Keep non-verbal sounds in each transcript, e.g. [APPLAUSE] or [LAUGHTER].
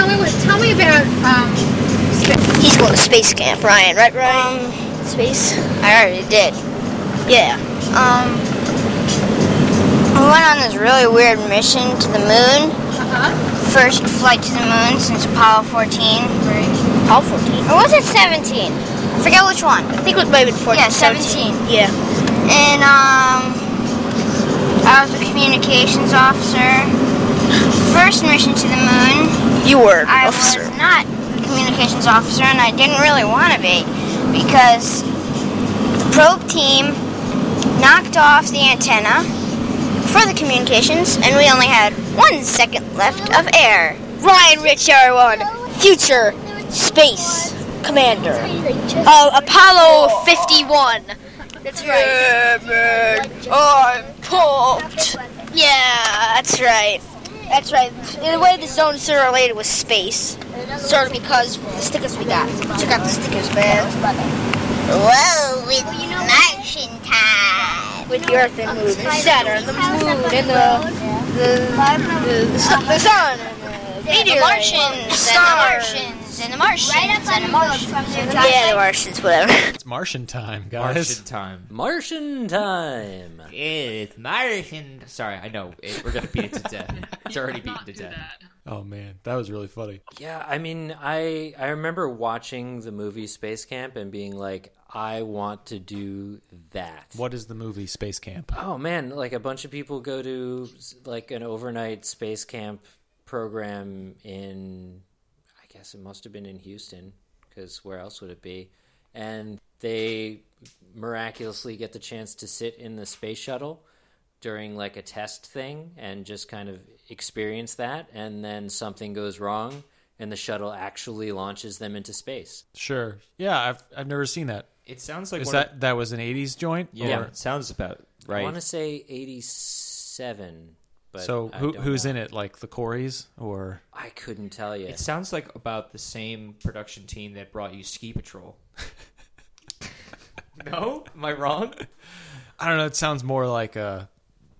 me about um, space. He's going to space camp, Ryan. Right, Ryan? Um, space. I already did. Yeah. Um, I went on this really weird mission to the moon. Uh-huh. First flight to the moon since Apollo 14. Right. All 14. Or was it 17? I forget which one. I think it might have been 14. Yeah, 17. Yeah. And um, I was a communications officer. First mission to the moon. You were an I officer. was not a communications officer, and I didn't really want to be because the probe team knocked off the antenna for the communications, and we only had one second left of air. Ryan Rich, everyone. Future space commander of Uh, Apollo 51. That's right. I'm pumped. Yeah, that's right. That's right. In a way, the zone is sort of related with space. Sort of because of the stickers we got. Check out the stickers, man. Whoa, it's motion time. With the Earth and Moon and Saturn, the Moon and the the the, the, sun- the Sun and the The meteorite. Martians and the Martians and the Martians and the Martians. Yeah, the Martians, whatever. It's Martian time, guys. [LAUGHS] Martian time. Martian time. It's Martian. Sorry, I know. It, we're gonna beat it to death. It's already beaten to death. Oh man, that was really funny. Yeah, I mean, I I remember watching the movie Space Camp and being like, I want to do that. What is the movie Space Camp? Oh man, like a bunch of people go to like an overnight space camp program in I guess it must have been in Houston because where else would it be? And they miraculously get the chance to sit in the space shuttle during like a test thing and just kind of experience that and then something goes wrong and the shuttle actually launches them into space. Sure. Yeah, I've I've never seen that. It sounds like Is one of- that that was an '80s joint? yeah. Or- it sounds about I right. want to say 87. But so I who don't who's know. in it? Like the Coreys or I couldn't tell you. It sounds like about the same production team that brought you Ski Patrol. no, am I wrong? I don't know. It sounds more like a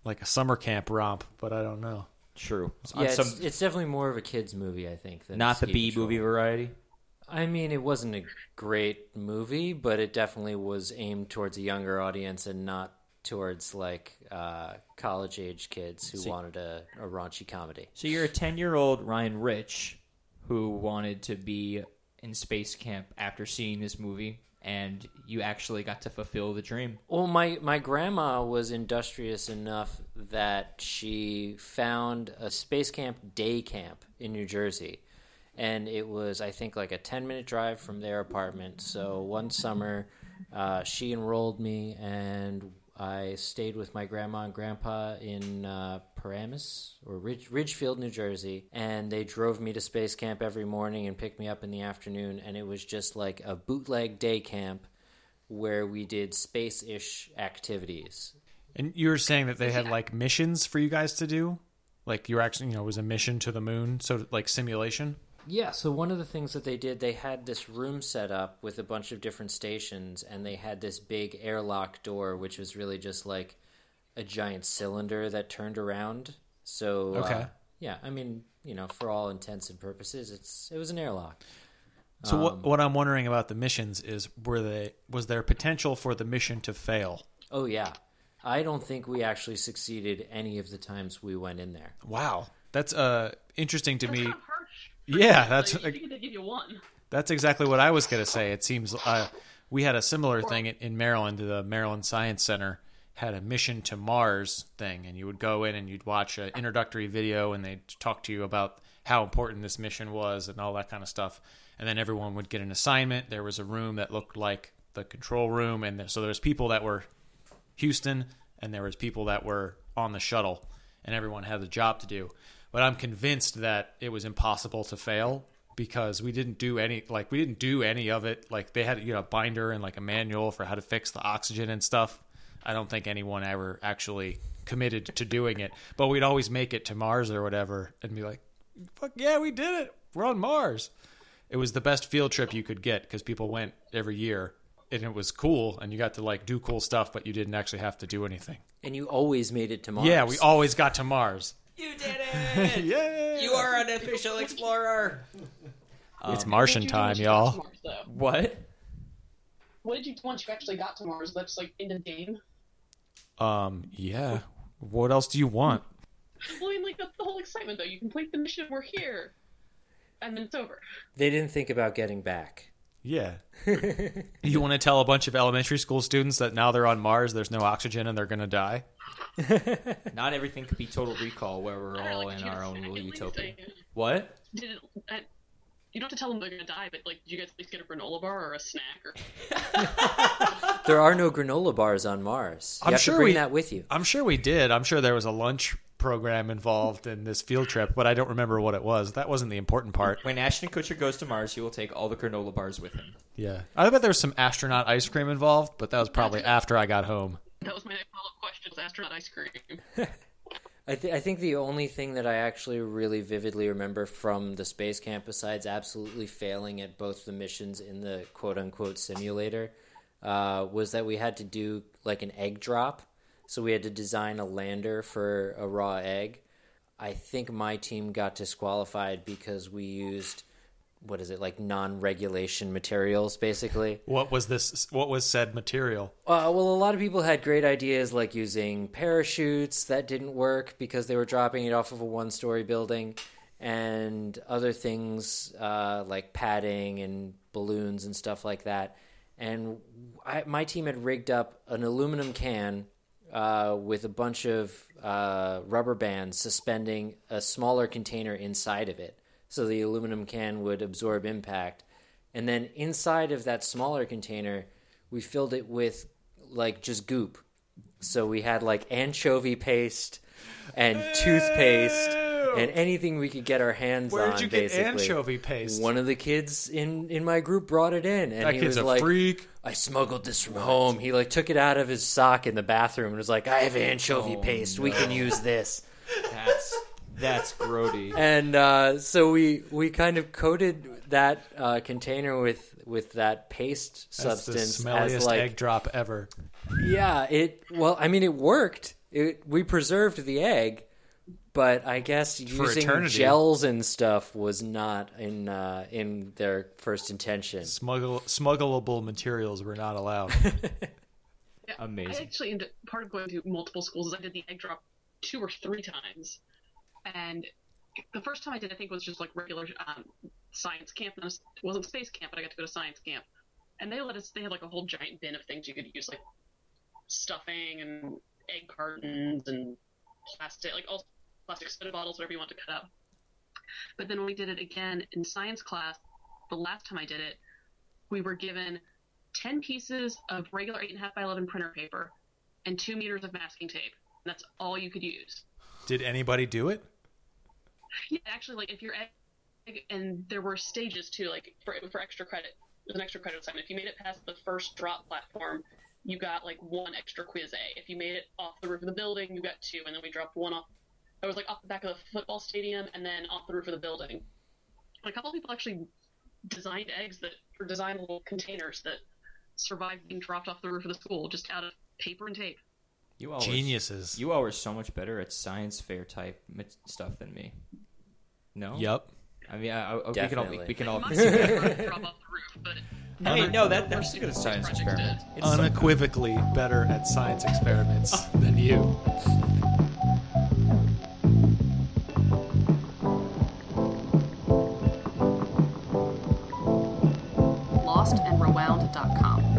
like a summer camp romp, but I don't know. True. Yeah, it's, it's definitely more of a kids movie, I think. Than not the Ski B Patrol. movie variety. I mean, it wasn't a great movie, but it definitely was aimed towards a younger audience and not towards like uh, college age kids who wanted a, a raunchy comedy. So you're a ten year old Ryan Rich who wanted to be in space camp after seeing this movie, and you actually got to fulfill the dream. Well, my, my grandma was industrious enough that she found a space camp day camp in New Jersey. And it was, I think, like a 10 minute drive from their apartment. So one summer, uh, she enrolled me, and I stayed with my grandma and grandpa in uh, Paramus or Ridge, Ridgefield, New Jersey. And they drove me to space camp every morning and picked me up in the afternoon. And it was just like a bootleg day camp where we did space ish activities. And you were saying that they had like missions for you guys to do. Like you were actually, you know, it was a mission to the moon, so like simulation. Yeah, so one of the things that they did, they had this room set up with a bunch of different stations, and they had this big airlock door, which was really just like a giant cylinder that turned around. So, uh, Okay. yeah, I mean, you know, for all intents and purposes, it's it was an airlock. So what what I'm wondering about the missions is were they was there potential for the mission to fail? Oh yeah, I don't think we actually succeeded any of the times we went in there. Wow, that's uh interesting to me. Kind of harsh. Yeah, that's Like, you think they give you one. That's exactly what I was going to say. It seems uh, we had a similar thing in, in Maryland. The Maryland Science Center had a mission to Mars thing, and you would go in and you'd watch an introductory video, and they'd talk to you about how important this mission was and all that kind of stuff. And then everyone would get an assignment. There was a room that looked like the control room, and there, so there was people that were Houston, and there was people that were on the shuttle, and everyone had a job to do. But I'm convinced that it was impossible to fail because we didn't do any like we didn't do any of it. Like they had you know a binder and like a manual for how to fix the oxygen and stuff. I don't think anyone ever actually committed to doing it. But we'd always make it to Mars or whatever and be like, "Fuck yeah, we did it! We're on Mars." it was the best field trip you could get because people went every year and it was cool and you got to like do cool stuff but you didn't actually have to do anything And you always made it to Mars. yeah we always got to mars You did it! yeah you are an official explorer. What It's did Martian you do once time, you got y'all. to Mars, though? What? What did you do once you actually got to Mars? That's like in the game. Um, yeah. What else do you want? Well, I mean, like that's the whole excitement though. You complete the mission, we're here, and then it's over. They didn't think about getting back. Yeah. [LAUGHS] you want to tell a bunch of elementary school students that now they're on Mars, there's no oxygen, and they're going to die? Not everything could be total recall where [LAUGHS] we're all Like, in you our guys own at little least utopia. they- What? Did it, that, you don't have to tell them they're gonna die, but like, did you guys at least get a granola bar or a snack or? There are no granola bars on Mars. You I'm have to sure bring we- that with you. I'm sure we did. I'm sure there was a lunch program involved in this field trip, but I don't remember what it was. That wasn't the important part. When Ashton Kutcher goes to Mars, he will take all the granola bars with him. Yeah. I bet there was some astronaut ice cream involved, but that was [LAUGHS] probably after I got home. That was my next follow-up question: is astronaut ice cream. I, th- I think the only thing that I actually really vividly remember from the space camp, besides absolutely failing at both the missions in the quote unquote simulator, uh, was that we had to do like an egg drop. So we had to design a lander for a raw egg. I think my team got disqualified because we used, what is it, like non regulation materials, basically. What was this? What was said material? Uh, well, a lot of people had great ideas like using parachutes that didn't work because they were dropping it off of a one story building, and other things uh, like padding and balloons and stuff like that. And I, my team had rigged up an aluminum can uh, with a bunch of uh, rubber bands suspending a smaller container inside of it. So the aluminum can would absorb impact. And then inside of that smaller container, we filled it with like just goop. So we had like anchovy paste and toothpaste and anything we could get our hands Where'd on. you get basically. anchovy paste? One of the kids in in my group brought it in, and That he kid's was a like, freak. "I smuggled this from home." He like took it out of his sock in the bathroom and was like, "I have anchovy Oh, paste. We can use this." That's that's grody. and uh, so we we kind of coated that uh, container with with that paste That's the substance smelliest as like egg drop ever. yeah it well I mean it worked it we preserved the egg but I guess using eternity. gels and stuff was not in uh, in their first intention Smuggle, smuggleable materials were not [LAUGHS] allowed. Amazing. I actually ended part of going to multiple schools is I did the egg drop two or three times, and the first time I did I think was just like regular um, science camp. And it wasn't space camp, but I got to go to science camp, and they let us. They had like a whole giant bin of things you could use, like stuffing and egg cartons and plastic, like all plastic soda bottles, whatever you want to cut up. But then when we did it again in science class, the last time I did it, we were given 10 pieces of regular 8.5 by 11 printer paper and 2 meters of masking tape. And that's all you could use. Did anybody do it? Yeah, actually, like, if you're egg, and there were stages too, like, for, for extra credit, there's an extra credit assignment. If you made it past the first drop platform, you got, like, one extra quiz A. If you made it off the roof of the building, you got two. And then we dropped one off. It was, like, off the back of the football stadium and then off the roof of the building. A couple of people actually designed eggs that, or designed little containers that survived being dropped off the roof of the school just out of paper and tape. You all Oh, were- Geniuses. you all were so much better at science fair type mit- stuff than me. No. Yep. I mean, I, I, we can all Definitely. we can all. Mine [LAUGHS] didn't drop off the roof, but I mean, no, that that's a good science project experiment. did. It's so- Unequivocally better at science experiments than you. lostandrewound.com.